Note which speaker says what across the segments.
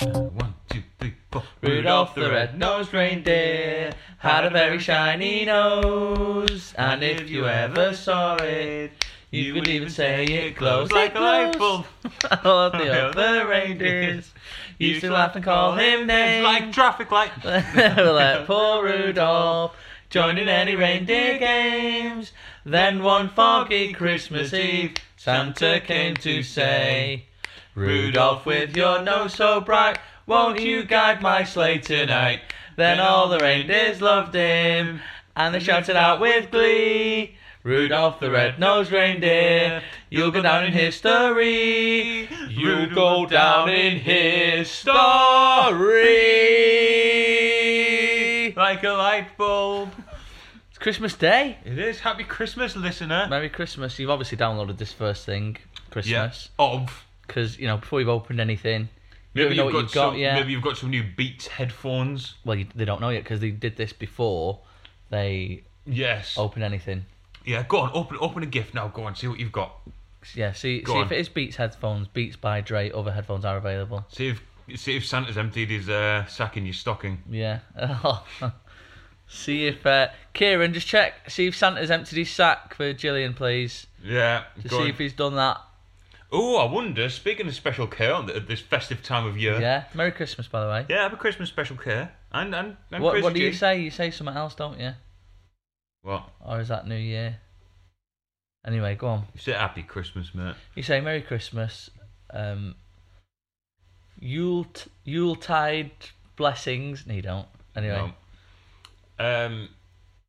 Speaker 1: One, two, three, four.
Speaker 2: Rudolph the red-nosed reindeer had a very shiny nose, and if you ever saw it, you would even say it glows like a light bulb. All of the other reindeers used to laugh and call him names
Speaker 1: like traffic light.
Speaker 2: like poor Rudolph joined in any reindeer games. Then one foggy Christmas Eve, Santa came to say, Rudolph, with your nose so bright, won't you guide my sleigh tonight? Then all the reindeers loved him, and they shouted out with glee. Rudolph the red-nosed reindeer, you'll go down in history. You'll go down in history.
Speaker 1: Like a light bulb.
Speaker 2: It's Christmas Day.
Speaker 1: It is. Happy Christmas, listener.
Speaker 2: Merry Christmas. You've obviously downloaded this first thing, Christmas,
Speaker 1: Yeah. Of.
Speaker 2: because you know before you've opened anything, you
Speaker 1: Maybe
Speaker 2: don't know
Speaker 1: you've got,
Speaker 2: what you've got
Speaker 1: some,
Speaker 2: yet.
Speaker 1: maybe you've got some new Beats headphones.
Speaker 2: Well, you, they don't know yet because they did this before they
Speaker 1: Yes.
Speaker 2: open anything.
Speaker 1: Oh. Yeah. Go on. Open. Open a gift now. Go on. See what you've got.
Speaker 2: Yeah, see,
Speaker 1: Go
Speaker 2: see
Speaker 1: on.
Speaker 2: if it is Beats headphones. Beats by Dre. Other headphones are available.
Speaker 1: See if see if Santa's emptied his uh, sack in your stocking.
Speaker 2: Yeah. see if uh, Kieran just check. See if Santa's emptied his sack for Gillian, please.
Speaker 1: Yeah.
Speaker 2: To
Speaker 1: Go
Speaker 2: see
Speaker 1: on.
Speaker 2: if he's done that.
Speaker 1: Oh, I wonder. Speaking of special care on th- this festive time of year.
Speaker 2: Yeah. Merry Christmas, by the way.
Speaker 1: Yeah. Have a Christmas special care. And and, and
Speaker 2: what
Speaker 1: Chris
Speaker 2: What do you
Speaker 1: G.
Speaker 2: say? You say something else, don't you?
Speaker 1: What?
Speaker 2: Or is that New Year? Anyway, go on.
Speaker 1: You say happy Christmas, mate.
Speaker 2: You say Merry Christmas, um, Yule Yuletide blessings. No, you don't. Anyway,
Speaker 1: No. Um,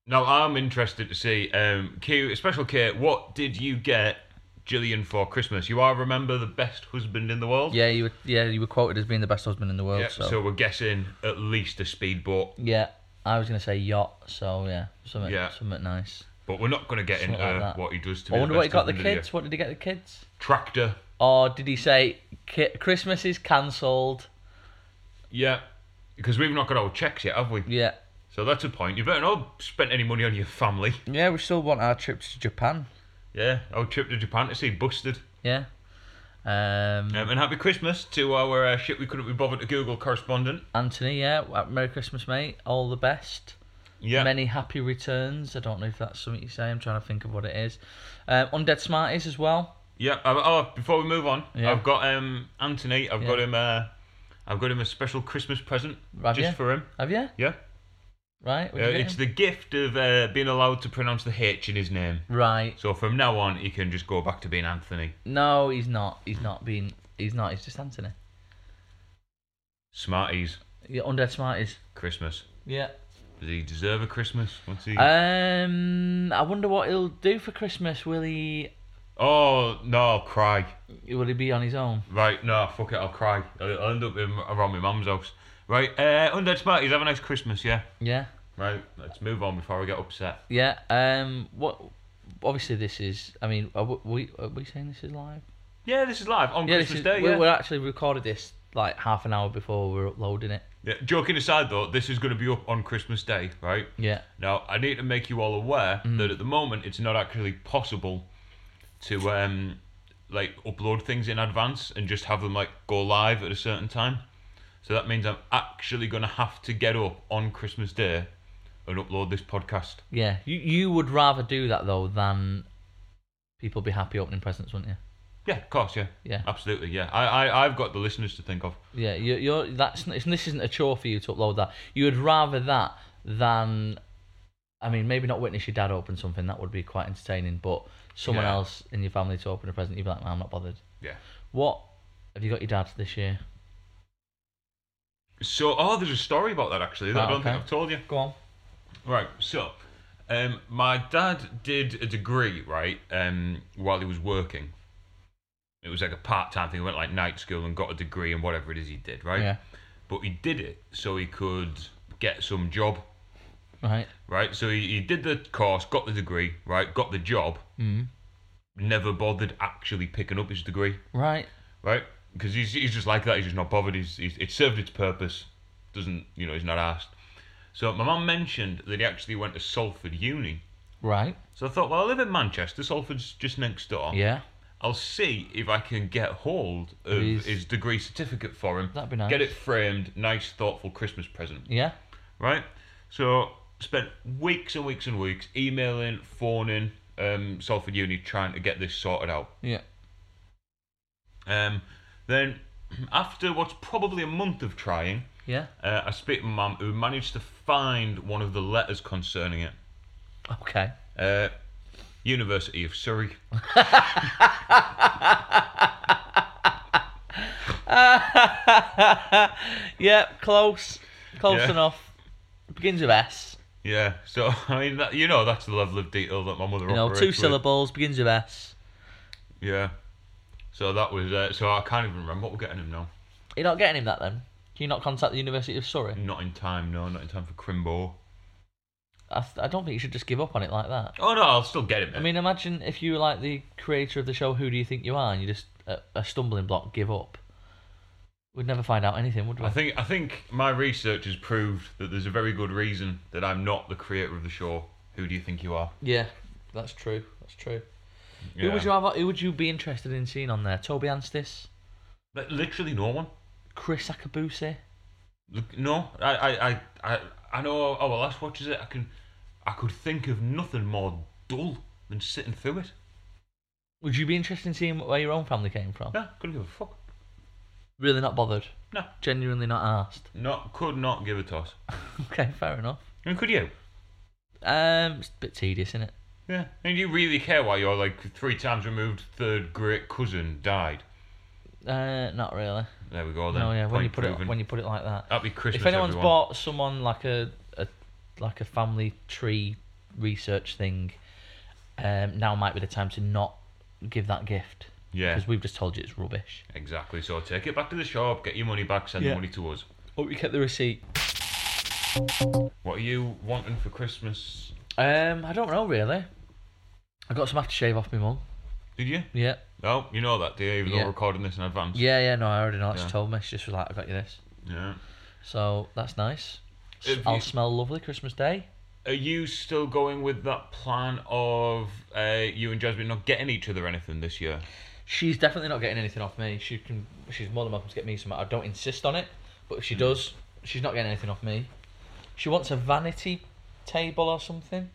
Speaker 1: now I'm interested to see um, Q special K. What did you get Gillian for Christmas? You are remember the best husband in the world.
Speaker 2: yeah, you were yeah you were quoted as being the best husband in the world.
Speaker 1: Yeah,
Speaker 2: so.
Speaker 1: so. we're guessing at least a speedboat,
Speaker 2: yeah, I was gonna say yacht. So yeah, something
Speaker 1: Yeah.
Speaker 2: something nice.
Speaker 1: but we're not going to get
Speaker 2: Something
Speaker 1: into
Speaker 2: like that.
Speaker 1: what he does to
Speaker 2: I
Speaker 1: be
Speaker 2: wonder
Speaker 1: the
Speaker 2: what he
Speaker 1: best
Speaker 2: got the
Speaker 1: husband of the
Speaker 2: kids. What did he get the kids?
Speaker 1: year. Tractor.
Speaker 2: Or did he say "Ki- Christmas is cancelled?
Speaker 1: Yeah. Because we've not got our checks yet, have we?
Speaker 2: Yeah,
Speaker 1: So that's a point. You better not spend any money on your family.
Speaker 2: yeah, we still want our trips to Japan.
Speaker 1: Yeah, our trip to Japan to see Busted.
Speaker 2: Yeah. Um,
Speaker 1: Um, and happy Christmas to our uh, shit we couldn't be bothered to Google correspondent.
Speaker 2: Anthony, yeah, w- Merry Christmas, mate. All the best.
Speaker 1: Yeah.
Speaker 2: Many happy returns. I don't know if that's something you say. I'm trying to think of what it is. Um, Undead Smarties as well.
Speaker 1: Yeah. I've, oh, before we move on,
Speaker 2: Yeah.
Speaker 1: I've got um Anthony. I've
Speaker 2: Yeah.
Speaker 1: got him. Uh, I've got him a special Christmas present
Speaker 2: Have
Speaker 1: just
Speaker 2: you?
Speaker 1: for him.
Speaker 2: Have you?
Speaker 1: Yeah.
Speaker 2: Right.
Speaker 1: Uh, it's the gift of uh, being allowed to pronounce the H in his name.
Speaker 2: Right.
Speaker 1: So from now on, he can just go back to being Anthony.
Speaker 2: No, he's not. He's not being. He's not. He's just Anthony.
Speaker 1: Smarties,
Speaker 2: Yeah, Undead Smarties.
Speaker 1: Christmas.
Speaker 2: Yeah.
Speaker 1: Does he deserve a Christmas? What's he?
Speaker 2: Uh, Um, I wonder what he'll do for Christmas. Will he?
Speaker 1: oh no, I'll cry.
Speaker 2: Will he be on his own?
Speaker 1: Right, no, fuck it, I'll cry. I'll, I'll end up in, around my mum's house. Right, uh, undead Smarties, have a nice Christmas, yeah.
Speaker 2: Yeah.
Speaker 1: Right, let's move on before I get upset.
Speaker 2: Yeah. Um. What? Obviously, this is. I mean, are we, are we saying this is live?
Speaker 1: Yeah, this is live on
Speaker 2: yeah, this
Speaker 1: Christmas
Speaker 2: is,
Speaker 1: Day.
Speaker 2: we,
Speaker 1: yeah.
Speaker 2: we actually recorded this like half an hour before we were uploading it.
Speaker 1: Yeah, joking aside though, this is going to be up on Christmas Day, right?
Speaker 2: Yeah. Mm.
Speaker 1: Now, I need to make you all aware that at the moment it's not actually possible to um like upload things in advance and just have them like go live at a certain time. So that means I'm actually going to have to get up on Christmas Day and upload this podcast.
Speaker 2: Yeah. You you would rather do that though than people be happy opening presents, wouldn't you?
Speaker 1: Yeah, of course, yeah.
Speaker 2: Yeah.
Speaker 1: Absolutely, yeah. I, I I've got the listeners to think of.
Speaker 2: Yeah. You you're that's it's, this isn't a chore for you to upload that. You would rather that than I mean, maybe not witness your dad open something that would be quite entertaining, but someone
Speaker 1: Yeah.
Speaker 2: else in your family to open a present, you'd be like, "Nah, I'm not bothered.
Speaker 1: Yeah.
Speaker 2: What have you got your dad this year?
Speaker 1: So, oh, there's a story about that actually that
Speaker 2: Oh,
Speaker 1: I don't
Speaker 2: okay.
Speaker 1: think I've told you.
Speaker 2: Go on.
Speaker 1: Right, so um, my dad did a degree, right, um, while he was working. It was like a part time thing. He went like night school and got a degree and whatever it is he did, right?
Speaker 2: Yeah.
Speaker 1: But he did it so he could get some job,
Speaker 2: Right.
Speaker 1: right? So he, he did the course, got the degree, right, got the job,
Speaker 2: Mm.
Speaker 1: never bothered actually picking up his degree,
Speaker 2: Right.
Speaker 1: right? Because he's, he's just like that. He's just not bothered. He's, he's it served its purpose. Doesn't you know? He's not asked. So my mum mentioned that he actually went to Salford Uni.
Speaker 2: Right.
Speaker 1: So I thought, well, I live in Manchester. Salford's just next door.
Speaker 2: Yeah.
Speaker 1: I'll see if I can get hold of
Speaker 2: His-
Speaker 1: his, degree certificate for him.
Speaker 2: That'd be nice.
Speaker 1: Get it framed, nice, thoughtful Christmas present,
Speaker 2: Yeah.
Speaker 1: right? So spent weeks and weeks and weeks emailing, phoning um, Salford Uni, trying to get this sorted out.
Speaker 2: Yeah.
Speaker 1: Um, then, after what's probably a month of trying,
Speaker 2: Yeah.
Speaker 1: uh, I speak to my mum, who managed to find one of the letters concerning it.
Speaker 2: Okay.
Speaker 1: Uh, University of Surrey.
Speaker 2: yeah. Close. Close
Speaker 1: Yeah.
Speaker 2: enough. Begins with S.
Speaker 1: Yeah, so I mean, that, you know, that's the level of detail that my mother.
Speaker 2: You know,
Speaker 1: operates
Speaker 2: two
Speaker 1: with.
Speaker 2: syllables. Begins with S.
Speaker 1: Yeah. So that was. Uh, so I can't even remember what we're getting him now.
Speaker 2: You're not getting him that then. Can you not contact the University of Surrey?
Speaker 1: Not in time. No, not in time for Crimbo.
Speaker 2: I, th- I don't think you should just give up on it like that.
Speaker 1: Oh no, I'll still get him.
Speaker 2: I mean, imagine if you were like the creator of the show, Who Do You Think You Are, and you just, a, a stumbling block, give up. We'd never find out anything, would we?
Speaker 1: I think I think my research has proved that there's a very good reason that I'm not the creator of the show. Who do you think you are?
Speaker 2: Yeah, that's true. That's true. Who
Speaker 1: Yeah.
Speaker 2: would you have? Who would you be interested in seeing on there? Toby Anstis,
Speaker 1: Like, literally no one.
Speaker 2: Chris Akabusi.
Speaker 1: Look, No, I, I, I, I, I know our last watch is it. I can, I could think of nothing more dull than sitting through it.
Speaker 2: Would you be interested in seeing where your own family came from?
Speaker 1: No, couldn't give a fuck.
Speaker 2: Really not bothered.
Speaker 1: No,
Speaker 2: Genuinely not asked.
Speaker 1: not could not give a toss.
Speaker 2: okay, fair enough.
Speaker 1: And could you?
Speaker 2: Um, it's a bit tedious, isn't it?
Speaker 1: Yeah. And you really care why your like three times removed third great cousin died.
Speaker 2: Uh, not really.
Speaker 1: There we go then.
Speaker 2: no, Oh, yeah. When
Speaker 1: Point
Speaker 2: you put
Speaker 1: proven.
Speaker 2: it when you put it like that.
Speaker 1: That'd be Christmas.
Speaker 2: if anyone's
Speaker 1: everyone.
Speaker 2: bought someone like a, a like a family tree research thing, um, now might be the time to not give that gift
Speaker 1: yeah,
Speaker 2: because we've just told you it's rubbish.
Speaker 1: exactly. So take it back to the shop, get your money back, send
Speaker 2: Yeah.
Speaker 1: the money to us.
Speaker 2: Or we kept the receipt.
Speaker 1: What are you wanting for Christmas?
Speaker 2: Um, I don't know really. I got some aftershave off my mum.
Speaker 1: Did you?
Speaker 2: Yeah,
Speaker 1: Oh, you know that, do you? Even though
Speaker 2: Yeah.
Speaker 1: we're recording this in advance.
Speaker 2: yeah, yeah. No, I already know. She
Speaker 1: Yeah.
Speaker 2: told me. She just was like, "I got you this."
Speaker 1: Yeah.
Speaker 2: So that's nice. S-
Speaker 1: If
Speaker 2: I'll
Speaker 1: you-
Speaker 2: smell lovely Christmas Day.
Speaker 1: Are you still going with that plan of uh, you and Jasmine not getting each other anything this year?
Speaker 2: She's definitely not getting anything off me. She can. She's more than welcome to get me some. I don't insist on it, but if she
Speaker 1: Hmm.
Speaker 2: does, she's not getting anything off me. She wants a vanity table or something.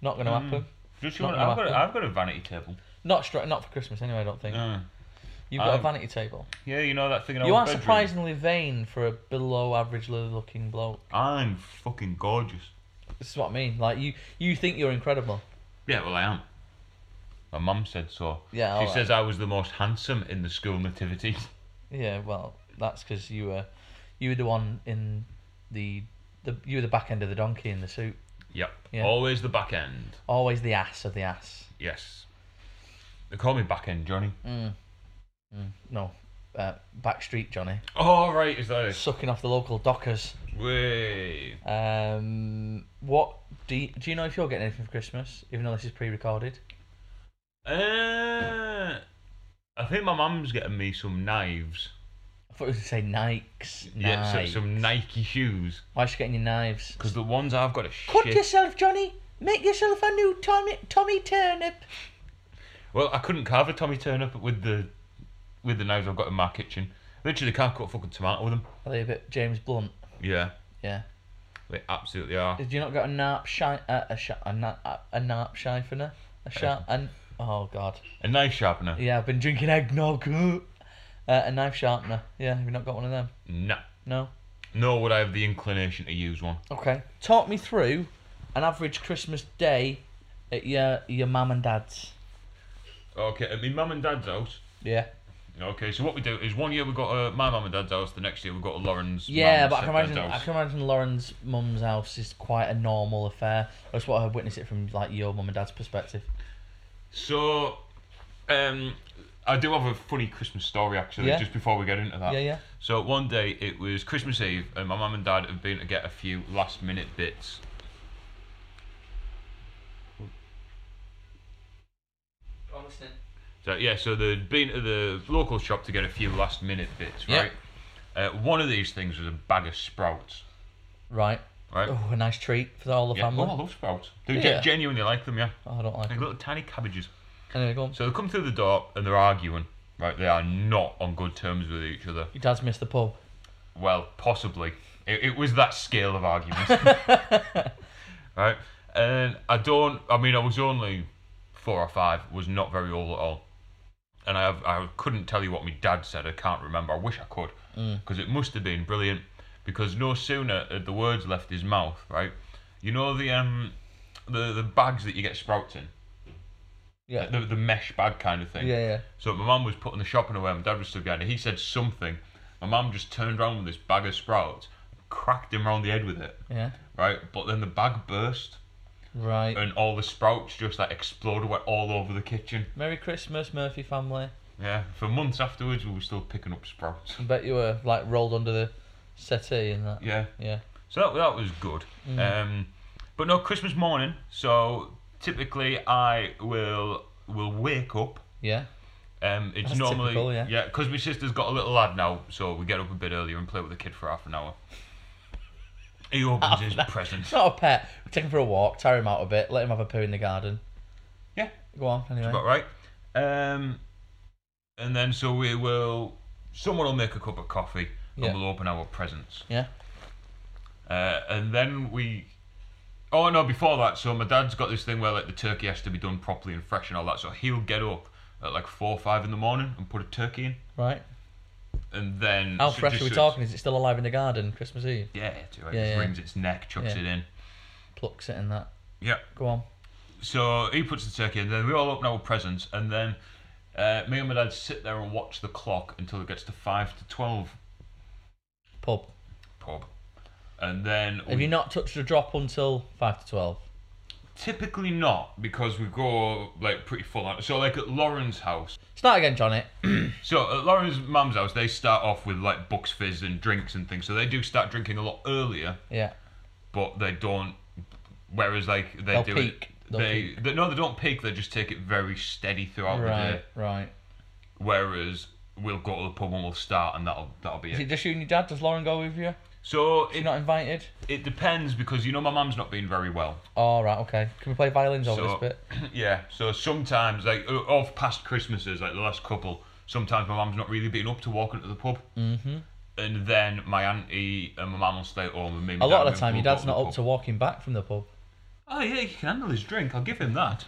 Speaker 2: Not going to
Speaker 1: Hmm.
Speaker 2: happen.
Speaker 1: Just
Speaker 2: Not
Speaker 1: want,
Speaker 2: gonna
Speaker 1: I've, got a,
Speaker 2: happen.
Speaker 1: I've got a vanity table.
Speaker 2: Not straight. Not for Christmas anyway. I don't think
Speaker 1: Uh,
Speaker 2: you've got a
Speaker 1: I'm-
Speaker 2: vanity table.
Speaker 1: yeah, you know that thing in
Speaker 2: you
Speaker 1: our
Speaker 2: are
Speaker 1: bedroom.
Speaker 2: surprisingly vain for a below average looking bloke.
Speaker 1: I'm fucking gorgeous.
Speaker 2: This is what I mean. Like you, you think you're incredible.
Speaker 1: Yeah, well, I am. My mum said so.
Speaker 2: Yeah,
Speaker 1: She
Speaker 2: alright.
Speaker 1: says I was the most handsome in the school nativity.
Speaker 2: Yeah, well, that's because you were, you were the one in the, the you were the back end of the donkey in the suit.
Speaker 1: yep.
Speaker 2: Yeah.
Speaker 1: Always the back end.
Speaker 2: Always the ass of the ass.
Speaker 1: Yes. They call me back end Johnny.
Speaker 2: Mm. No, uh, backstreet Johnny
Speaker 1: Oh, right, is that it?
Speaker 2: sucking off the local dockers.
Speaker 1: Way.
Speaker 2: Um, what do you, do you know if you're getting anything for Christmas? Even though this is pre-recorded.
Speaker 1: Uh, I think my mum's getting me some knives.
Speaker 2: I thought you were going to say Nikes.
Speaker 1: Yeah, so,
Speaker 2: Nike.
Speaker 1: some Nike shoes.
Speaker 2: Why is she getting you knives?
Speaker 1: Because the ones I've got are
Speaker 2: Cut
Speaker 1: shit.
Speaker 2: yourself, Johnny. Make yourself a new Tommy Tommy Turnip.
Speaker 1: Well, I couldn't carve a Tommy turn up with the with the knives I've got in my kitchen. Literally can't cut a fucking tomato with them.
Speaker 2: Are they a bit James Blunt?
Speaker 1: Yeah,
Speaker 2: Yeah.
Speaker 1: they absolutely are.
Speaker 2: Did you not got a narp shi- uh, a shi- a, na- a, a narp shifener?
Speaker 1: Uh,
Speaker 2: A sharp and oh god.
Speaker 1: A knife sharpener?
Speaker 2: Yeah, I've been drinking eggnog. Uh, a knife sharpener. Yeah, have you not got one of them?
Speaker 1: No.
Speaker 2: No.
Speaker 1: Nor would I have the inclination to use one.
Speaker 2: Okay. Talk me through an average Christmas day at your your mum and dad's?
Speaker 1: Okay, at my mum and dad's house.
Speaker 2: Yeah.
Speaker 1: Okay, so what we do is one year we got uh, my mum and dad's house, the next year we got Lauren's.
Speaker 2: Yeah,
Speaker 1: mum
Speaker 2: but I can
Speaker 1: and dad's
Speaker 2: imagine I
Speaker 1: house.
Speaker 2: can imagine Lauren's mum's house is quite a normal affair. That's what I witnessed it from like your mum and dad's perspective.
Speaker 1: So, um, I do have a funny Christmas story actually.
Speaker 2: Yeah.
Speaker 1: Just before we get into that.
Speaker 2: Yeah, yeah.
Speaker 1: So one day it was Christmas Eve, and my mum and dad have been to get a few last minute bits. So yeah, so they'd been to the local shop to get a few last minute bits,
Speaker 2: Yeah.
Speaker 1: right? Uh, one of these things was a bag of sprouts,
Speaker 2: Right.
Speaker 1: right?
Speaker 2: Oh, a nice treat for all the
Speaker 1: yeah. Oh,
Speaker 2: family.
Speaker 1: I love sprouts. They
Speaker 2: Yeah.
Speaker 1: gen- genuinely like them, yeah.
Speaker 2: Oh, I don't like
Speaker 1: Like
Speaker 2: it.
Speaker 1: little tiny cabbages.
Speaker 2: Anyway, go on.
Speaker 1: So they come through the door and they're arguing. Right, they are not on good terms with each other.
Speaker 2: Your dad's missed the pub.
Speaker 1: Well, possibly. It, it was that scale of argument. right? And I don't, I mean, I was only four or five, was not very old at all. And I, have, I couldn't tell you what my dad said. I can't remember. I wish I could.
Speaker 2: Mm.
Speaker 1: Because it must have been brilliant. Because no sooner had the words left his mouth, right? You know the um, the, the bags that you get sprouts in?
Speaker 2: Yeah.
Speaker 1: The, the mesh bag kind of thing.
Speaker 2: Yeah, yeah.
Speaker 1: So my mum was putting the shopping away, my dad was still getting it. He said something. My mum just turned around with this bag of sprouts, cracked him round the head with it,
Speaker 2: Yeah.
Speaker 1: right? But then the bag burst
Speaker 2: Right.
Speaker 1: and all the sprouts just like exploded went all over the kitchen.
Speaker 2: Merry Christmas, Murphy family.
Speaker 1: Yeah, for months afterwards we were still picking up sprouts.
Speaker 2: I bet you were like rolled under the settee and that.
Speaker 1: Yeah,
Speaker 2: Yeah.
Speaker 1: so that, that was good. Um, but no, Christmas morning, so typically I will will wake up
Speaker 2: Yeah.
Speaker 1: Um, it's
Speaker 2: That's
Speaker 1: normally
Speaker 2: typical, yeah.
Speaker 1: yeah, because my sister's got a little lad now, so we get up a bit earlier and play with the kid for half an hour. He opens his presents.
Speaker 2: It's not a pet. Take him for a walk, tire him out a bit, let him have a poo in the garden.
Speaker 1: Yeah,
Speaker 2: Go on, anyway.
Speaker 1: about right. Um, and then so we will. Someone will make a cup of coffee
Speaker 2: Yeah.
Speaker 1: and we'll open our presents.
Speaker 2: Yeah.
Speaker 1: Uh, and then we. Oh no! Before that, so my dad's got this thing where like the turkey has to be done properly and fresh and all that. So he'll get up at like four or five in the morning and put a turkey in,
Speaker 2: Right.
Speaker 1: and then
Speaker 2: How
Speaker 1: so
Speaker 2: fresh
Speaker 1: just
Speaker 2: are we
Speaker 1: so it's-
Speaker 2: talking? Is it still alive in the garden, Christmas Eve?
Speaker 1: Yeah, it's right.
Speaker 2: Yeah,
Speaker 1: just
Speaker 2: yeah.
Speaker 1: wrings its neck, chucks
Speaker 2: Yeah.
Speaker 1: it in.
Speaker 2: Plucks it and that.
Speaker 1: Yeah.
Speaker 2: Go on.
Speaker 1: So he puts the turkey in, then we all open our presents, and then uh, me and my dad sit there and watch the clock until it gets to 5 to 12
Speaker 2: Pub.
Speaker 1: pub. And then
Speaker 2: Have
Speaker 1: we
Speaker 2: you not touched a drop until 5 to 12?
Speaker 1: typically not because we go like pretty full on. So like at Lauren's house.
Speaker 2: Start again, Johnny.
Speaker 1: So at Lauren's mum's house, they start off with like bucks fizz and drinks and things. So they do start drinking a lot earlier,
Speaker 2: Yeah.
Speaker 1: but they don't. Whereas like they
Speaker 2: They'll
Speaker 1: do
Speaker 2: peak.
Speaker 1: it,
Speaker 2: They'll
Speaker 1: they, they no, they don't peak. They just take it very steady throughout the
Speaker 2: Right,
Speaker 1: day.
Speaker 2: right.
Speaker 1: Whereas we'll go to the pub and we'll start, and that'll that'll be
Speaker 2: Is it
Speaker 1: it.
Speaker 2: just you and your dad? Does Lauren go with you?
Speaker 1: So
Speaker 2: You're
Speaker 1: it,
Speaker 2: not invited?
Speaker 1: it depends because you know my mum's not been very well.
Speaker 2: Oh, right, okay. Can we play violins over
Speaker 1: So
Speaker 2: Oh, this bit?
Speaker 1: yeah, so sometimes like o- of past Christmases, like the last couple, sometimes my mum's not really been up to walking to the pub. Mm-hmm. And then my auntie and my mum will stay at home and me. and my
Speaker 2: A lot
Speaker 1: dad
Speaker 2: of the time,
Speaker 1: will
Speaker 2: your
Speaker 1: go
Speaker 2: dad's not
Speaker 1: the
Speaker 2: up
Speaker 1: pub.
Speaker 2: to walking back from the pub.
Speaker 1: Oh yeah, he can handle his drink. I'll give him that.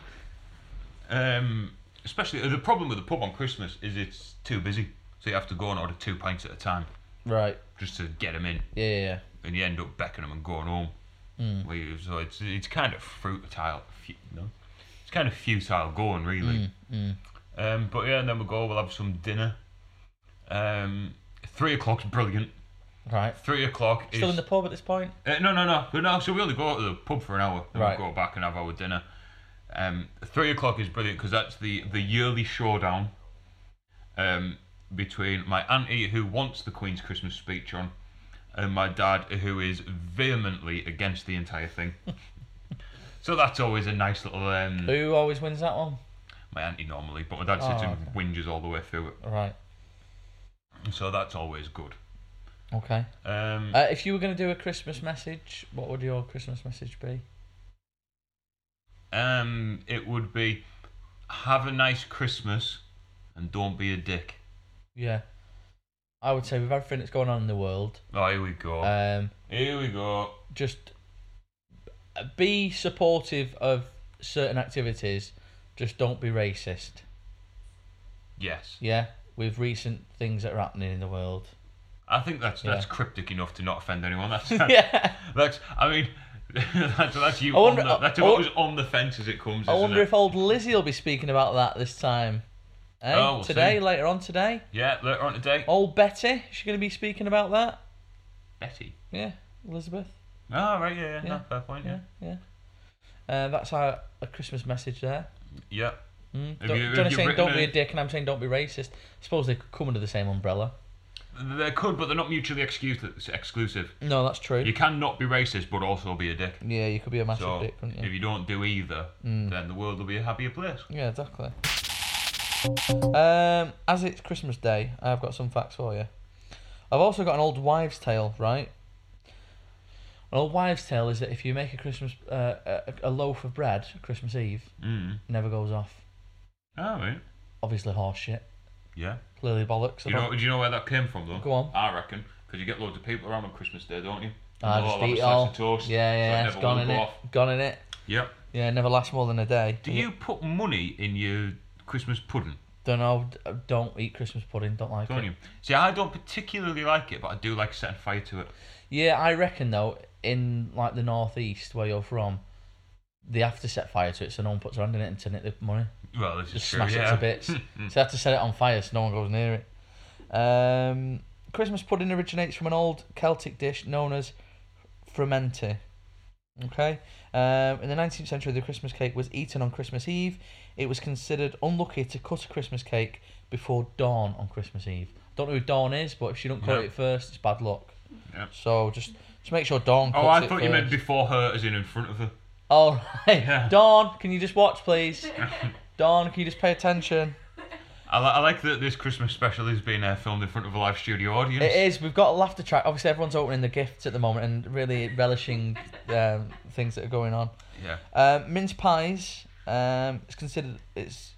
Speaker 1: Um, especially the problem with the pub on Christmas is it's too busy, so you have to go and order two pints at a time
Speaker 2: Right.
Speaker 1: just to get him in.
Speaker 2: Yeah, yeah, yeah.
Speaker 1: and you end up becking them and going home.
Speaker 2: Hmm.
Speaker 1: Where you- so it's it's kind of futile, fu- no, it's kind of futile going really.
Speaker 2: Hmm,
Speaker 1: Um, but yeah, and then we go. We'll have some dinner. Um, three o'clock's brilliant.
Speaker 2: Right.
Speaker 1: Three o'clock
Speaker 2: Still
Speaker 1: is
Speaker 2: in the pub at this point?
Speaker 1: uh, no, no, no, no. So we only go out to the pub for an hour, then
Speaker 2: Right.
Speaker 1: we go back and have our dinner. Um, three o'clock is brilliant because that's the the yearly showdown um, between my auntie who wants the Queen's Christmas speech on, and my dad who is vehemently against the entire thing. so that's always a nice little um,
Speaker 2: Who always wins that one?
Speaker 1: my auntie normally, but my dad sits
Speaker 2: Oh,
Speaker 1: and whinges all the way through it.
Speaker 2: Right.
Speaker 1: So that's always good.
Speaker 2: Okay.
Speaker 1: Um,
Speaker 2: Uh, if you were going to do a Christmas message, what would your Christmas message be?
Speaker 1: Um, it would be have a nice Christmas and don't be a dick.
Speaker 2: Yeah. I would say with everything that's going on in the world,
Speaker 1: Oh, here we go.
Speaker 2: um,
Speaker 1: here we go.
Speaker 2: just uh, be supportive of certain activities. Just don't be racist.
Speaker 1: Yes,
Speaker 2: Yeah, with recent things that are happening in the world.
Speaker 1: I think that's that's
Speaker 2: Yeah.
Speaker 1: cryptic enough to not offend anyone. That's
Speaker 2: yeah.
Speaker 1: that's. I mean, that's, that's you.
Speaker 2: I wonder-
Speaker 1: on the, that's
Speaker 2: I-
Speaker 1: about as on the fence as it comes.
Speaker 2: I
Speaker 1: isn't
Speaker 2: wonder
Speaker 1: it?
Speaker 2: if old Lizzie will be speaking about that this time. Eh?
Speaker 1: Oh, we'll
Speaker 2: today,
Speaker 1: see.
Speaker 2: later on today.
Speaker 1: Yeah, later on today.
Speaker 2: Old Betty, is she going to be speaking about that?
Speaker 1: Betty.
Speaker 2: Yeah, Elizabeth.
Speaker 1: Oh, right, yeah, yeah,
Speaker 2: Yeah,
Speaker 1: No, fair point, yeah.
Speaker 2: Yeah, yeah. Uh, that's our a Christmas message there.
Speaker 1: Yeah. Have
Speaker 2: Mm. Don't,
Speaker 1: you- have
Speaker 2: Johnny's
Speaker 1: you
Speaker 2: saying
Speaker 1: written
Speaker 2: don't be
Speaker 1: a-
Speaker 2: a dick, and I'm saying don't be racist. I suppose they could come under the same umbrella.
Speaker 1: They could, but they're not mutually excuse- exclusive.
Speaker 2: No, that's true.
Speaker 1: You cannot be racist, but also be a dick.
Speaker 2: yeah, you could be a massive
Speaker 1: So
Speaker 2: dick, couldn't you?
Speaker 1: if you don't do either,
Speaker 2: Hmm.
Speaker 1: then the world will be a happier place.
Speaker 2: Yeah, exactly. Um, as it's Christmas Day, I've got some facts for you. I've also got an old wives' tale, right? An old wives' tale is that if you make a Christmas uh, a, a loaf of bread Christmas Eve,
Speaker 1: Mm.
Speaker 2: never goes off.
Speaker 1: All right.
Speaker 2: Obviously, horse shit.
Speaker 1: Yeah.
Speaker 2: Clearly bollocks.
Speaker 1: Do you, know, do you know where that came from, though?
Speaker 2: Go on.
Speaker 1: I reckon. Because you get loads of people around on Christmas Day, don't you?
Speaker 2: I
Speaker 1: And they'll
Speaker 2: Ah, just
Speaker 1: have a
Speaker 2: eat it
Speaker 1: slice
Speaker 2: all.
Speaker 1: of toast,
Speaker 2: yeah,
Speaker 1: so it
Speaker 2: yeah,
Speaker 1: never
Speaker 2: it's gone
Speaker 1: will
Speaker 2: in
Speaker 1: go
Speaker 2: it.
Speaker 1: off.
Speaker 2: Gone in it.
Speaker 1: Yep.
Speaker 2: Yeah, never lasts more than a day.
Speaker 1: Do you put money in your Christmas pudding?
Speaker 2: Don't know. d- Don't eat Christmas pudding. Don't like
Speaker 1: Don't
Speaker 2: it.
Speaker 1: you? See, I don't particularly like it, but I do like setting fire to it.
Speaker 2: Yeah, I reckon though, in like the northeast where you're from, they have to set fire to it so no one puts their hand in it and turn it the money.
Speaker 1: Well, this
Speaker 2: Just
Speaker 1: is true.
Speaker 2: smash
Speaker 1: yeah.
Speaker 2: it to bits. so they have to set it on fire so no one goes near it. Um, Christmas pudding originates from an old Celtic dish known as fermente. Okay. Um, in the 19th century, the Christmas cake was eaten on Christmas Eve. It was considered unlucky to cut a Christmas cake before dawn on Christmas Eve. Don't know who dawn is, but if you don't cut
Speaker 1: Yeah.
Speaker 2: it first, it's bad luck.
Speaker 1: Yeah.
Speaker 2: So just just make sure dawn. Cuts
Speaker 1: Oh, I
Speaker 2: it
Speaker 1: thought
Speaker 2: first.
Speaker 1: you meant before her, as in in front of her.
Speaker 2: All right,
Speaker 1: Yeah.
Speaker 2: Dawn, can you just watch, please? Dawn, can you just pay attention?
Speaker 1: I, li- I like that this Christmas special is being uh, filmed in front of a live studio audience.
Speaker 2: It is. We've got a laughter track. Obviously, everyone's opening the gifts at the moment and really relishing um, things that are going on.
Speaker 1: Yeah.
Speaker 2: Um, mince pies. Um, it's considered it's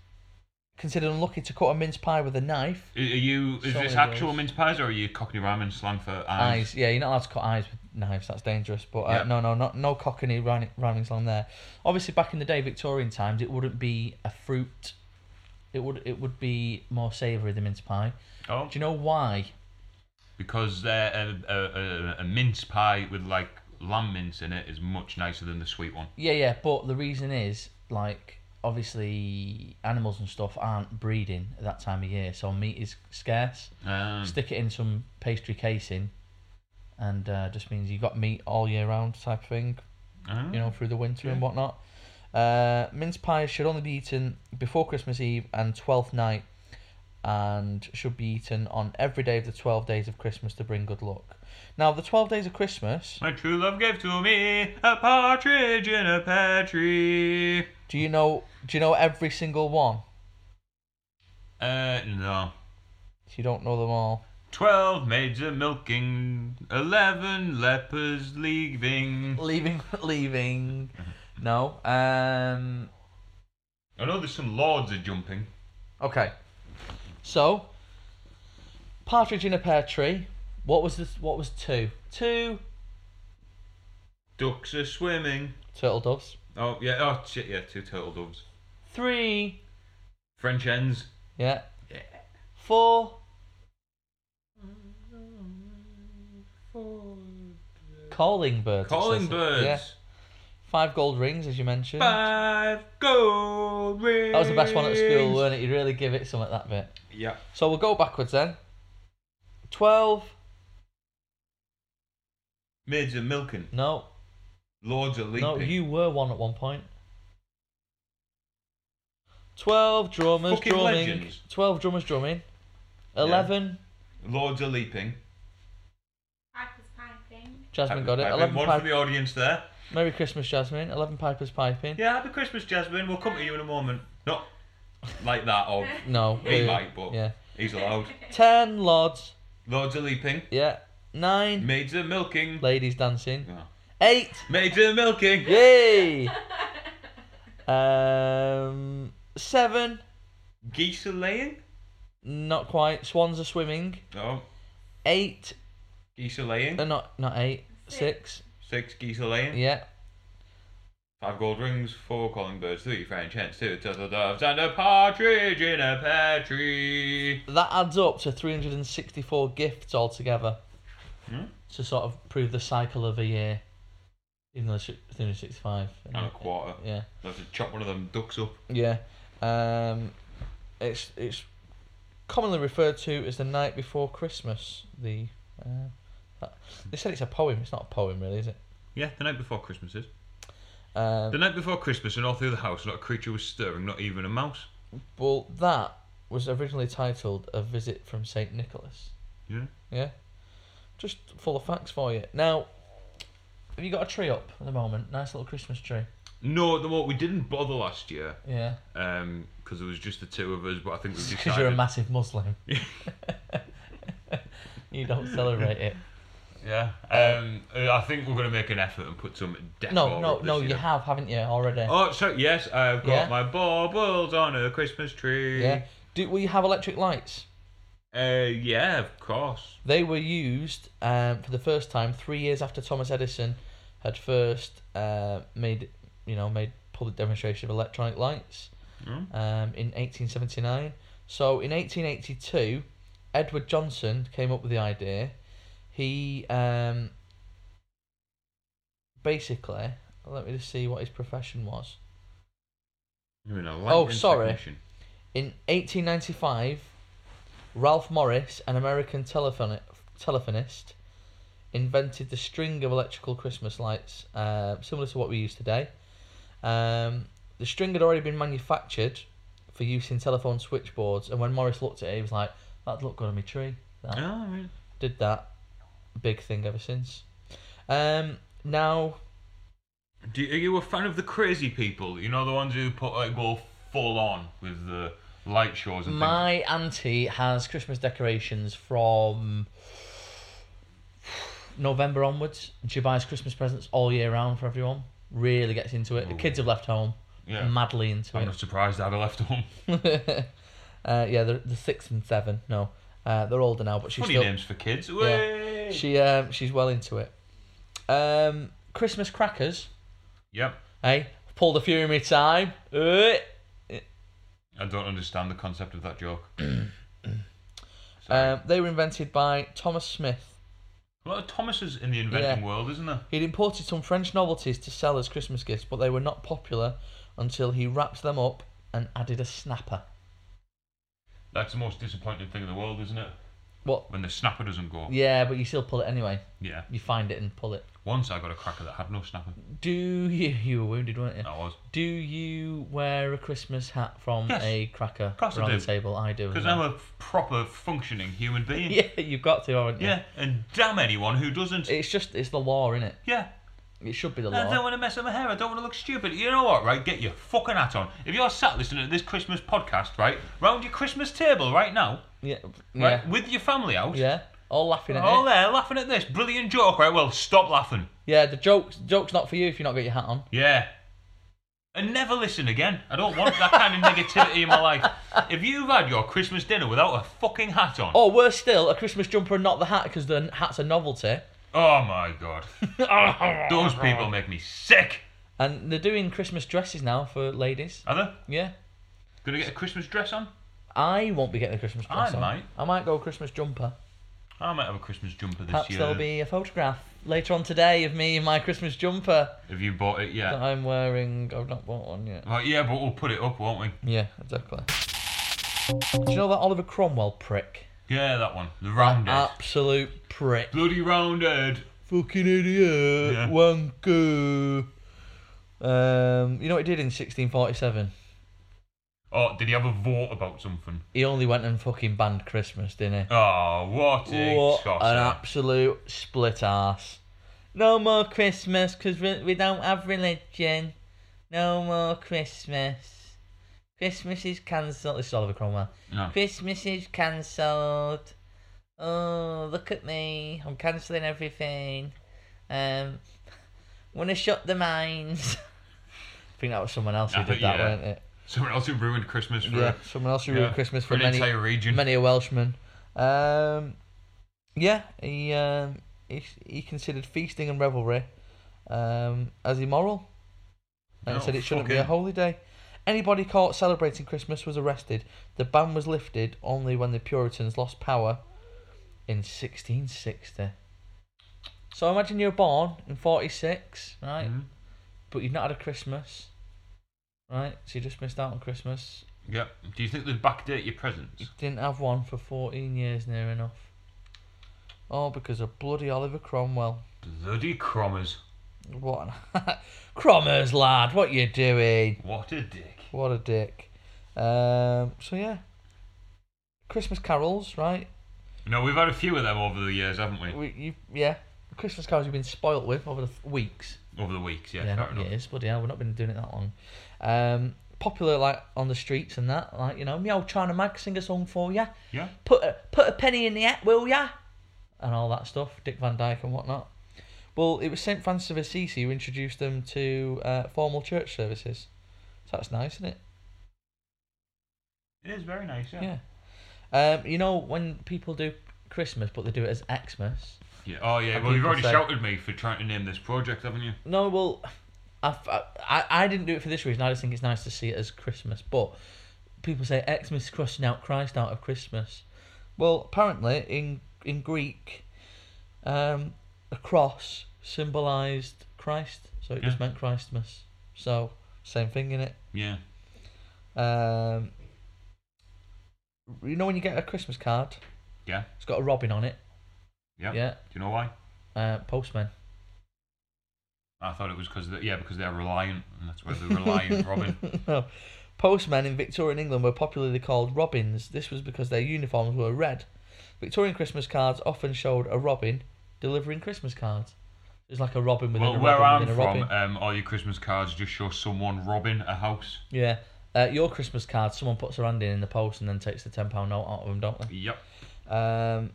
Speaker 2: considered unlucky to cut a mince pie with a knife.
Speaker 1: Are you? Is
Speaker 2: Solid
Speaker 1: this actual
Speaker 2: goals.
Speaker 1: mince pies or are you cockney ramen slang for eyes?
Speaker 2: Eyes. Yeah, you're not allowed to cut eyes with knives. That's dangerous. But uh,
Speaker 1: Yeah.
Speaker 2: no, no, not no cockney rhyming rhyming slang there. Obviously, back in the day, Victorian times, it wouldn't be a fruit. It would it would be more savoury than mince pie.
Speaker 1: Oh,
Speaker 2: Do you know why?
Speaker 1: because they're a, a, a, a mince pie with like lamb mince in it is much nicer than the sweet one.
Speaker 2: Yeah, yeah, but the reason is like obviously animals and stuff aren't breeding at that time of year, so meat is scarce.
Speaker 1: Um,
Speaker 2: Stick it in some pastry casing, and uh, just means you got meat all year round type of thing.
Speaker 1: Ah.
Speaker 2: You know, through the winter and whatnot. Uh, mince pies should only be eaten before Christmas Eve and Twelfth Night, and should be eaten on every day of the twelve days of Christmas to bring good luck. Now, the twelve days of Christmas.
Speaker 1: My true love gave to me a partridge in a pear tree.
Speaker 2: Do you know? Do you know every single one?
Speaker 1: Uh, no.
Speaker 2: So you don't know them all.
Speaker 1: Twelve maids a milking, eleven lepers leaving.
Speaker 2: leaving leaving no um
Speaker 1: I know there's some lords are jumping.
Speaker 2: okay so partridge in a pear tree what was this what was two two
Speaker 1: Ducks are swimming.
Speaker 2: turtle doves
Speaker 1: Oh yeah. Oh shit. Yeah, two turtle doves.
Speaker 2: three
Speaker 1: French hens.
Speaker 2: yeah four calling birds it
Speaker 1: Calling
Speaker 2: says.
Speaker 1: birds.
Speaker 2: yeah. five gold rings as you mentioned
Speaker 1: Five gold rings.
Speaker 2: that was the best one at school weren't it you really give it some at that bit
Speaker 1: Yeah.
Speaker 2: so we'll go backwards then 12
Speaker 1: Maids are milking.
Speaker 2: no
Speaker 1: Lords are leaping.
Speaker 2: No, you were one at one point. Twelve drummers
Speaker 1: Fucking
Speaker 2: drumming.
Speaker 1: legends.
Speaker 2: Twelve drummers drumming. Eleven.
Speaker 1: Lords are leaping.
Speaker 3: Piper's piping.
Speaker 2: Jasmine got it.
Speaker 1: Piping.
Speaker 2: Eleven
Speaker 1: One
Speaker 2: pipe.
Speaker 1: for the audience there.
Speaker 2: Merry Christmas, Jasmine. Eleven pipers piping.
Speaker 1: Yeah, happy Christmas, Jasmine. We'll come to you in a moment. Not like that, or
Speaker 2: No.
Speaker 1: he
Speaker 2: uh,
Speaker 1: might, but
Speaker 2: yeah.
Speaker 1: he's allowed.
Speaker 2: Ten lords.
Speaker 1: Lords are leaping.
Speaker 2: Yeah. Nine
Speaker 1: Maids are milking.
Speaker 2: ladies dancing.
Speaker 1: No.
Speaker 2: Eight.
Speaker 1: Maids are milking.
Speaker 2: Yay. um. Seven.
Speaker 1: Geese are laying.
Speaker 2: Not quite. Swans are swimming.
Speaker 1: No.
Speaker 2: Eight.
Speaker 1: Geese are laying.
Speaker 2: Uh, not not eight. Six.
Speaker 1: Six geese are laying.
Speaker 2: Yeah.
Speaker 1: Five gold rings, four calling birds, three French hens, two turtle doves, and a partridge in a pear tree.
Speaker 2: That adds up to 364 gifts altogether.
Speaker 1: Hmm?
Speaker 2: To sort of prove the cycle of a year. Even though it's three hundred sixty-five
Speaker 1: And a quarter.
Speaker 2: Yeah,
Speaker 1: They have to chop one of them ducks up.
Speaker 2: yeah. Um, it's it's commonly referred to as the night before Christmas. The uh, that- they said it's a poem. It's not a poem, really, is it?
Speaker 1: Yeah, the night before Christmas is.
Speaker 2: Um,
Speaker 1: The night before Christmas, and all through the house, not a creature was stirring, not even a mouse.
Speaker 2: Well, that was originally titled "A Visit from Saint Nicholas."
Speaker 1: Yeah.
Speaker 2: Yeah, just full of facts for you. Now, have you got a tree up at the moment? Nice little Christmas tree.
Speaker 1: No, the what we didn't bother last year
Speaker 2: Yeah,
Speaker 1: because it was just the two of us. But I think we
Speaker 2: because you're a
Speaker 1: decided.
Speaker 2: massive Muslim. you don't celebrate it.
Speaker 1: yeah. Um, uh, I think we're gonna make an effort and put some decor.
Speaker 2: No, no,
Speaker 1: up this
Speaker 2: no. You
Speaker 1: year.
Speaker 2: have, haven't you already?
Speaker 1: Oh, so yes, I've got
Speaker 2: Yeah.
Speaker 1: my baubles on a Christmas tree.
Speaker 2: Yeah. Do we have electric lights?
Speaker 1: Uh, yeah, of course.
Speaker 2: They were used um, for the first time three years after Thomas Edison had first uh, made you know made public demonstration of electronic lights um, in 1879. So in 1882, Edward Johnson came up with the idea. He um, basically let me just see what his profession was.
Speaker 1: You mean a
Speaker 2: Oh,
Speaker 1: lighting
Speaker 2: sorry.
Speaker 1: technician.
Speaker 2: In 1895, Ralph Morris, an American telephone, telephonist, invented the string of electrical Christmas lights, uh, similar to what we use today. Um, the string had already been manufactured for use in telephone switchboards, and when Morris looked at it, he was like, "That'd look good on my tree." That
Speaker 1: Oh, I mean,
Speaker 2: did that big thing ever since. Um, now,
Speaker 1: do you, are you a fan of the crazy people? You know the ones who put like go full on with the light shows and
Speaker 2: my auntie has Christmas decorations from November onwards. and She buys Christmas presents all year round for everyone. Really gets into it. The kids have left home.
Speaker 1: Yeah.
Speaker 2: Madly into
Speaker 1: things. I'm
Speaker 2: it.
Speaker 1: not surprised I'd have left home.
Speaker 2: uh, yeah, they're, they're six and seven. No, uh, they're older now, but she's
Speaker 1: Funny
Speaker 2: still.
Speaker 1: names for kids.
Speaker 2: Yeah,
Speaker 1: Way.
Speaker 2: she um, she's well into it. Um, Christmas crackers.
Speaker 1: Yep.
Speaker 2: Hey, pulled a few in my time. Eh.
Speaker 1: I don't understand the concept of that joke.
Speaker 2: Um, they were invented by Thomas Smith.
Speaker 1: A lot of Thomases in the inventing
Speaker 2: Yeah.
Speaker 1: world, isn't there?
Speaker 2: He'd imported some French novelties to sell as Christmas gifts, but they were not popular until he wrapped them up and added a snapper.
Speaker 1: That's the most disappointing thing in the world, isn't it?
Speaker 2: What?
Speaker 1: When the snapper doesn't go.
Speaker 2: Yeah, but you still pull it anyway.
Speaker 1: Yeah.
Speaker 2: You find it and pull it.
Speaker 1: Once I got a cracker that had no snapper.
Speaker 2: Do you? You were wounded, weren't you?
Speaker 1: I was.
Speaker 2: Do you wear a Christmas hat from
Speaker 1: Yes.
Speaker 2: a cracker
Speaker 1: Of course I
Speaker 2: around
Speaker 1: do.
Speaker 2: the table? I do. as
Speaker 1: Because
Speaker 2: well.
Speaker 1: I'm a proper functioning human being.
Speaker 2: Yeah, you've got to, haven't you?
Speaker 1: Yeah, and damn anyone who doesn't.
Speaker 2: It's just it's the law, isn't it?
Speaker 1: yeah.
Speaker 2: It should be the
Speaker 1: I don't
Speaker 2: law.
Speaker 1: want to mess up my hair. I don't want to look stupid. You know what, right? Get your fucking hat on. If you're sat listening to this Christmas podcast, right, round your Christmas table right now,
Speaker 2: Yeah,
Speaker 1: right,
Speaker 2: yeah,
Speaker 1: with your family out,
Speaker 2: yeah. All laughing at
Speaker 1: all
Speaker 2: it.
Speaker 1: there laughing at this brilliant joke, right? Well, stop laughing.
Speaker 2: Yeah, the joke's joke's not for you if you've not got your hat on.
Speaker 1: Yeah. And never listen again. I don't want that kind of negativity in my life. If you've had your Christmas dinner without a fucking hat on, oh,
Speaker 2: Or worse still, a Christmas jumper and not the hat because the hat's a novelty.
Speaker 1: oh my god, those people make me sick.
Speaker 2: And they're doing Christmas dresses now for ladies.
Speaker 1: Are they
Speaker 2: Yeah.
Speaker 1: gonna get a Christmas dress on?
Speaker 2: I won't be getting a Christmas
Speaker 1: I
Speaker 2: dress. on.
Speaker 1: might.
Speaker 2: I might go Christmas jumper.
Speaker 1: I might have a Christmas jumper this
Speaker 2: Perhaps
Speaker 1: year.
Speaker 2: there'll be a photograph later on today of me in my Christmas jumper
Speaker 1: If you bought it, yeah.
Speaker 2: that I'm wearing. I've not bought one yet.
Speaker 1: Right, yeah, but we'll put it up, won't we?
Speaker 2: Yeah, exactly. Do you know that Oliver Cromwell prick?
Speaker 1: Yeah, that one. The rounded.
Speaker 2: Ah, Absolute prick.
Speaker 1: Bloody rounded.
Speaker 2: Fucking idiot.
Speaker 1: Yeah.
Speaker 2: Wanker. Um, you know what he did in 1647?
Speaker 1: Oh, did he have a vote about something?
Speaker 2: He only went and fucking banned Christmas, didn't he?
Speaker 1: Oh, what a
Speaker 2: What
Speaker 1: tosser.
Speaker 2: an absolute split ass. No more Christmas because we, we don't have religion. No more Christmas. Christmas is cancelled. This is Oliver Cromwell.
Speaker 1: No.
Speaker 2: Christmas is cancelled. Oh, look at me. I'm cancelling everything. Um, want to shut the mines. I think that was someone else who
Speaker 1: Uh,
Speaker 2: did
Speaker 1: yeah.
Speaker 2: that, weren't it?
Speaker 1: Someone else who ruined Christmas for
Speaker 2: Yeah, someone else who
Speaker 1: yeah,
Speaker 2: ruined Christmas for
Speaker 1: an
Speaker 2: many
Speaker 1: entire region.
Speaker 2: many a Welshman. Um, yeah, he, um, he he considered feasting and revelry um, as immoral, and
Speaker 1: No,
Speaker 2: said it shouldn't be
Speaker 1: Oh,
Speaker 2: a
Speaker 1: fucking-
Speaker 2: holy day. Anybody caught celebrating Christmas was arrested. The ban was lifted only when the Puritans lost power in 1660. So imagine you were born in '46, right?
Speaker 1: Mm-hmm.
Speaker 2: But you've not had a Christmas, right? So you just missed out on Christmas.
Speaker 1: Yep. Do you think they'd backdate your presents?
Speaker 2: You didn't have one for 14 years, near enough. All because of bloody Oliver Cromwell.
Speaker 1: Bloody crommers.
Speaker 2: What? An... Crommers, lad, what you doing?
Speaker 1: What a dick.
Speaker 2: What a dick. Um, so yeah, Christmas carols, right?
Speaker 1: No, we've had a few of them over the years, haven't we?
Speaker 2: We, you, yeah, Christmas carols you've been spoilt with over the th- weeks.
Speaker 1: Over the weeks, yeah.
Speaker 2: yeah,
Speaker 1: fair
Speaker 2: not
Speaker 1: enough.
Speaker 2: years, bloody hell, we've not been doing it that long. Um, popular like on the streets and that, like you know, me old China Mag sing a song for ya.
Speaker 1: Yeah.
Speaker 2: Put a put a penny in the hat, will ya? And all that stuff, Dick Van Dyke and whatnot. Well, it was Saint Francis of Assisi who introduced them to uh, formal church services. So that's nice, isn't it?
Speaker 1: It is very nice, yeah.
Speaker 2: Yeah. Um, you know when people do Christmas, but they do it as Xmas.
Speaker 1: Yeah. Oh, yeah.
Speaker 2: And
Speaker 1: Well, you've
Speaker 2: people
Speaker 1: already
Speaker 2: say-
Speaker 1: shouted me for trying to name this project, haven't you?
Speaker 2: No, well, I, I, I didn't do it for this reason. I just think it's nice to see it as Christmas. But people say Xmas crossing out Christ out of Christmas. Well, apparently in in Greek, um, a cross symbolised Christ, so it just
Speaker 1: Yeah.
Speaker 2: meant Christmas. So same thing in it.
Speaker 1: Yeah.
Speaker 2: Um, you know when you get a Christmas card,
Speaker 1: Yeah.
Speaker 2: it's got a robin on it.
Speaker 1: Yeah.
Speaker 2: Yeah.
Speaker 1: Do you know why?
Speaker 2: Uh, postman.
Speaker 1: I thought it was because yeah, because they're reliant, and that's why they're reliant, Robin.
Speaker 2: No. Postmen in Victorian England were popularly called robins. This was because their uniforms were red. Victorian Christmas cards often showed a robin delivering Christmas cards. It's like a robin within
Speaker 1: well,
Speaker 2: a
Speaker 1: where
Speaker 2: robin
Speaker 1: I'm
Speaker 2: within a
Speaker 1: from,
Speaker 2: robin.
Speaker 1: um, all your Christmas cards just show someone robbing a house.
Speaker 2: Yeah. Uh, your Christmas card, someone puts their hand in in the post and then takes the £10 note out of them, don't they?
Speaker 1: Yep.
Speaker 2: Um,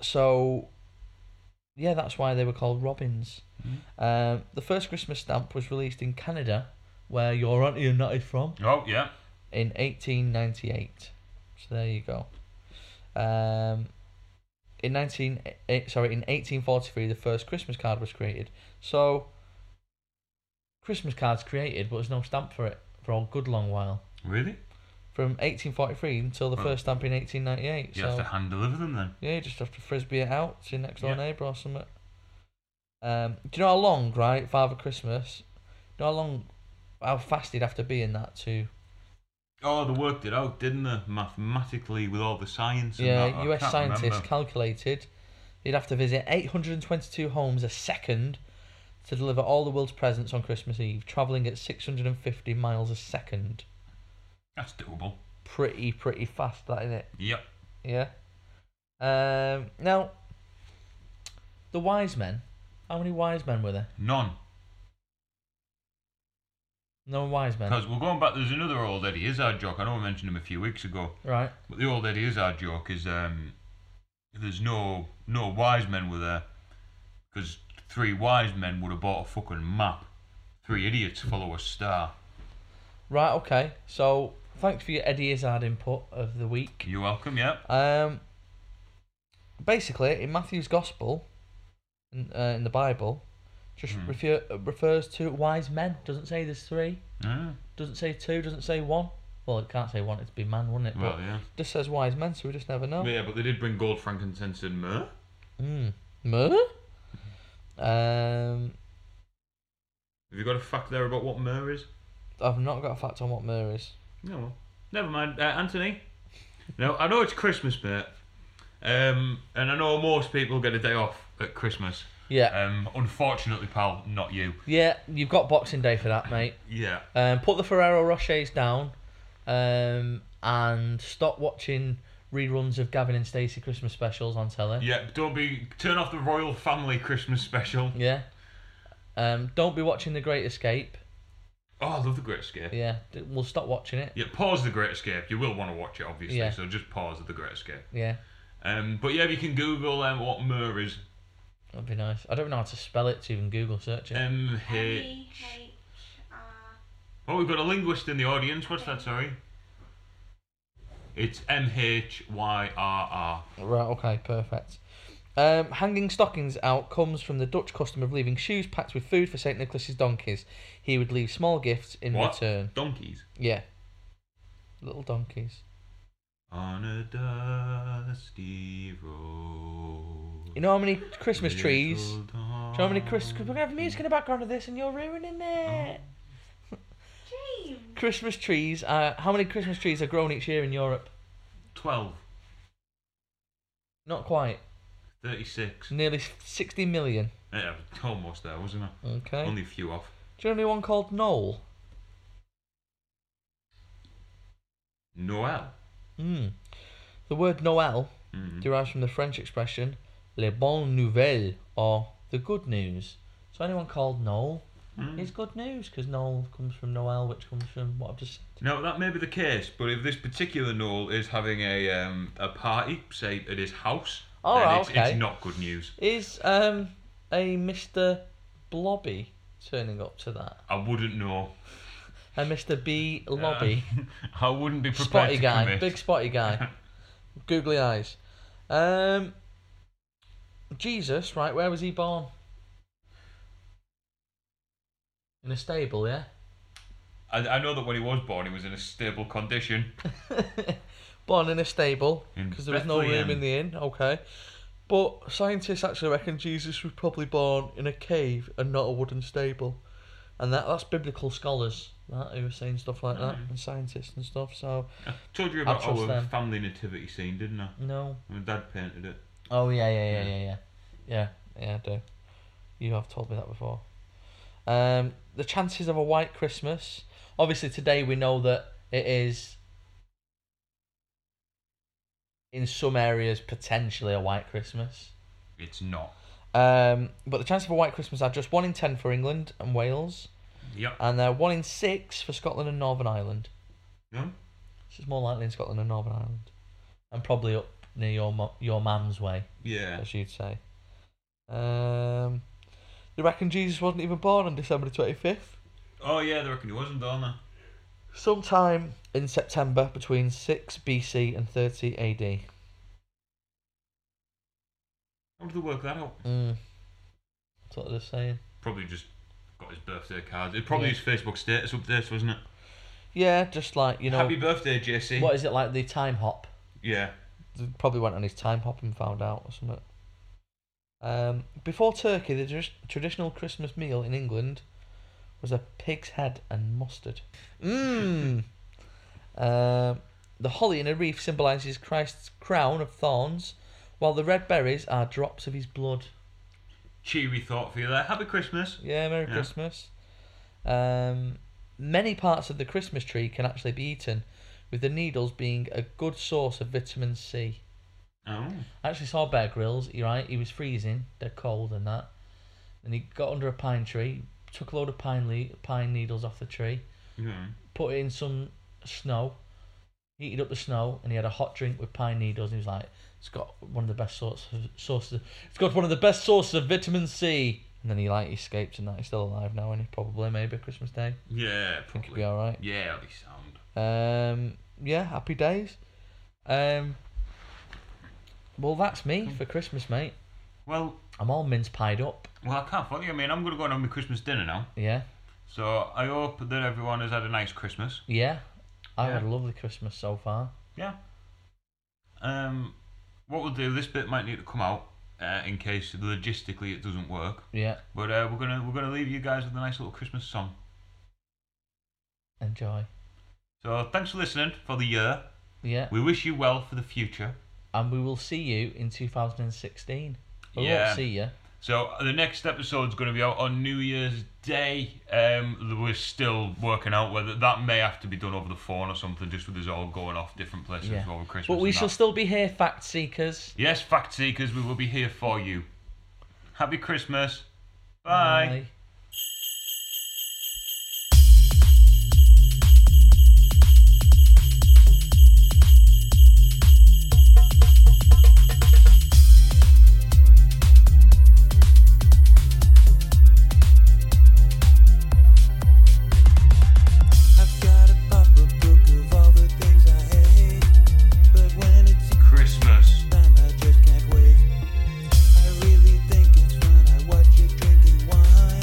Speaker 2: so, yeah, that's why they were called robins.
Speaker 1: Mm-hmm.
Speaker 2: Um, the first Christmas stamp was released in Canada, where your auntie and nutty from.
Speaker 1: Oh, yeah.
Speaker 2: in 1898. So there you go. Um, in 19, eh, sorry, in 1843, the first Christmas card was created. So Christmas cards created, but there's no stamp for it for a good long while.
Speaker 1: Really?
Speaker 2: From 1843 until the
Speaker 1: Well,
Speaker 2: first stamp in 1898.
Speaker 1: Hmm. You
Speaker 2: so
Speaker 1: have to hand deliver them then.
Speaker 2: yeah, you just have to frisbee it out to your next door
Speaker 1: Yeah.
Speaker 2: neighbour or something. Um, do you know how long, right? Father Christmas. Do you know how long, how fast he'd have to be in that to
Speaker 1: Oh, they worked it out, didn't they? Mathematically, with all the science.
Speaker 2: Yeah,
Speaker 1: and that. I
Speaker 2: US
Speaker 1: can't
Speaker 2: scientists
Speaker 1: remember.
Speaker 2: calculated he'd have to visit 822 homes a second to deliver all the world's presents on Christmas Eve, travelling at 650 miles a second.
Speaker 1: That's doable.
Speaker 2: Pretty, pretty fast, that is it.
Speaker 1: Yep.
Speaker 2: Yeah. Um, now, the wise men. How many wise men were there?
Speaker 1: None.
Speaker 2: No wise men.
Speaker 1: Because we're going back. There's another old Eddie Izzard joke. I know I mentioned him a few weeks ago,
Speaker 2: Right.
Speaker 1: but the old Eddie Izzard joke is um, there's no no wise men were there because three wise men would have bought a fucking map. Three idiots follow a star.
Speaker 2: Right, okay. So, thanks for your Eddie Izzard input of the week.
Speaker 1: You're welcome. Yeah.
Speaker 2: Um, basically, in Matthew's Gospel, in, uh, in the Bible, just
Speaker 1: Hmm.
Speaker 2: refer, refers to wise men. Doesn't say there's three.
Speaker 1: Ah,
Speaker 2: Doesn't say two. Doesn't say one. Well, it can't say one. It'd be man, wouldn't it?
Speaker 1: well,
Speaker 2: but
Speaker 1: yeah.
Speaker 2: Just says wise men, so we just never know.
Speaker 1: Yeah, but they did bring gold, frankincense, and myrrh.
Speaker 2: Mm. Myrrh? Um,
Speaker 1: Have you got a fact there about what myrrh is?
Speaker 2: I've not got a fact on what myrrh is.
Speaker 1: No. well, Never mind, uh, Anthony. No, I know it's Christmas, mate. Um, and I know most people get a day off at Christmas.
Speaker 2: Yeah,
Speaker 1: Um, unfortunately, pal, not you.
Speaker 2: yeah, you've got Boxing Day for that, mate.
Speaker 1: Yeah.
Speaker 2: Um, put the Ferrero Rochers down, um, and stop watching reruns of Gavin and Stacey Christmas specials on telly.
Speaker 1: Yeah, don't be. Turn off the Royal Family Christmas special.
Speaker 2: Yeah. Um, don't be watching The Great Escape.
Speaker 1: Oh, I love The Great Escape. Yeah,
Speaker 2: Yeah, d- we'll stop watching it.
Speaker 1: pause The Great Escape. You will want to watch it, obviously,
Speaker 2: Yeah.
Speaker 1: so just pause The Great Escape.
Speaker 2: Yeah,
Speaker 1: Um, but yeah, you can Google um, what myrrh is.
Speaker 2: that'd be nice. I don't know how to spell it to even Google search it.
Speaker 1: M H.
Speaker 3: E H R
Speaker 1: Oh, we've got a linguist in the audience. What's that, sorry? It's M H Y R R.
Speaker 2: Right, okay, perfect. Um, hanging stockings out comes from the Dutch custom of leaving shoes packed with food for St. Nicholas's donkeys. He would leave small gifts in
Speaker 1: What?
Speaker 2: return.
Speaker 1: Donkeys.
Speaker 2: Yeah. Little donkeys.
Speaker 1: On a dusty road.
Speaker 2: You know how many Christmas trees? Do you know how many Christmas? We're gonna have music in the background of this, and you're ruining it.
Speaker 3: James.
Speaker 2: Christmas trees. Are, how many Christmas trees are grown each year in Europe?
Speaker 1: 12,
Speaker 2: Not quite.
Speaker 1: 36.
Speaker 2: Nearly sixty million.
Speaker 1: Yeah, almost there, wasn't I?
Speaker 2: Okay.
Speaker 1: Only a few off.
Speaker 2: Do you know anyone called Noel?
Speaker 1: Noel.
Speaker 2: Hmm. The word Noel derives from the French expression "les bonnes nouvelles" or "the good news." So anyone called Noel is good news because Noel comes from Noel, which comes from what I've just.
Speaker 1: Now that may be the case, but if this particular Noel is having a um, a party, say at his house,
Speaker 2: Oh,
Speaker 1: then
Speaker 2: right,
Speaker 1: it's,
Speaker 2: okay.
Speaker 1: it's not good news.
Speaker 2: Is um a Mister Blobby turning up to that?
Speaker 1: I wouldn't know.
Speaker 2: A Mister B Lobby,
Speaker 1: I wouldn't be prepared
Speaker 2: spotty
Speaker 1: to
Speaker 2: guy,
Speaker 1: commit.
Speaker 2: big spotty guy, googly eyes. Um, Jesus, right? Where was he born? In a stable, yeah.
Speaker 1: I, I know that when he was born, he was in a stable condition.
Speaker 2: born in a stable
Speaker 1: In
Speaker 2: because there was no room
Speaker 1: Bethlehem.
Speaker 2: in the inn. Okay, but scientists actually reckon Jesus was probably born in a cave and not a wooden stable, and that that's biblical scholars that who are saying stuff like that
Speaker 1: Mm.
Speaker 2: and scientists and stuff. So
Speaker 1: I told you about
Speaker 2: trust
Speaker 1: our
Speaker 2: them.
Speaker 1: family nativity scene, didn't I?
Speaker 2: no.
Speaker 1: My dad painted it.
Speaker 2: Oh yeah, yeah, yeah, yeah, yeah, yeah, yeah. I do. You have told me that before. Um, the chances of a white Christmas. Obviously, today we know that it is in some areas potentially a white Christmas.
Speaker 1: It's not.
Speaker 2: Um, but the chance of a white Christmas are just one in ten for England and Wales,
Speaker 1: Yep.
Speaker 2: and they're one in six for Scotland and Northern Ireland.
Speaker 1: No.
Speaker 2: So it's more likely in Scotland and Northern Ireland, and probably up near your mo- your mum's way,
Speaker 1: Yeah.
Speaker 2: as you'd say. Um, they reckon Jesus wasn't even born on December twenty fifth.
Speaker 1: Oh yeah, they reckon he wasn't, don't they?
Speaker 2: Sometime in September between six BC and thirty AD.
Speaker 1: How did they work that out?
Speaker 2: Mm. That's what they're saying.
Speaker 1: Probably just got his birthday cards. It probably
Speaker 2: Yeah.
Speaker 1: his Facebook status updates, wasn't it?
Speaker 2: Yeah, just like you know,
Speaker 1: Happy birthday, JC.
Speaker 2: what is it like the time hop?
Speaker 1: Yeah.
Speaker 2: probably went on his time hop and found out or something. Um, before turkey, the tr- traditional Christmas meal in England was a pig's head and mustard. Mmm. um, the holly in a wreath symbolises Christ's crown of thorns, while the red berries are drops of his blood.
Speaker 1: Cheery thought for you there. Happy Christmas.
Speaker 2: Yeah, Merry
Speaker 1: Yeah.
Speaker 2: Christmas. Um, many parts of the Christmas tree can actually be eaten, with the needles being a good source of vitamin C.
Speaker 1: Oh.
Speaker 2: I actually saw Bear Grylls, you're right, he was freezing, they're cold and that. And he got under a pine tree, took a load of pine le- pine needles off the tree,
Speaker 1: Yeah.
Speaker 2: put it in some snow, heated up the snow, and he had a hot drink with pine needles. And he was like, it's got one of the best sorts of sources, it's got one of the best sources of vitamin C. And then he like escaped and that, he's still alive now, and he probably, maybe, Christmas Day.
Speaker 1: Yeah,
Speaker 2: I think he'll
Speaker 1: probably.
Speaker 2: be alright.
Speaker 1: Yeah, that'll be sound.
Speaker 2: Um, yeah, happy days. Um, well, that's me for Christmas, mate.
Speaker 1: Well,
Speaker 2: I'm all mince pied up.
Speaker 1: well, I can't fault you. I mean, I'm going to go and have my Christmas dinner now.
Speaker 2: Yeah,
Speaker 1: So I hope that everyone has had a nice Christmas.
Speaker 2: yeah. I
Speaker 1: Yeah.
Speaker 2: had a lovely Christmas so far.
Speaker 1: Yeah. Um, what we'll do, this bit might need to come out uh, in case logistically it doesn't work.
Speaker 2: Yeah,
Speaker 1: But uh, we're gonna we're gonna leave you guys with a nice little Christmas song.
Speaker 2: enjoy.
Speaker 1: So thanks for listening for the year.
Speaker 2: Yeah,
Speaker 1: We wish you well for the future.
Speaker 2: and we will see you in 2016. We
Speaker 1: Yeah.
Speaker 2: won't see you.
Speaker 1: So uh, the next episode's going to be out on New Year's Day. Um, we're still working out whether that may have to be done over the phone or something, just with us all going off different places
Speaker 2: Yeah.
Speaker 1: over Christmas.
Speaker 2: But we
Speaker 1: and
Speaker 2: shall
Speaker 1: that.
Speaker 2: still be here, fact seekers.
Speaker 1: Yes, fact seekers, we will be here for you. Happy Christmas. Bye.
Speaker 4: I've got a proper book of all the things I hate, but when it's
Speaker 1: Christmas.
Speaker 4: time, I just can't wait. I really think it's fun. I watch you drinking wine.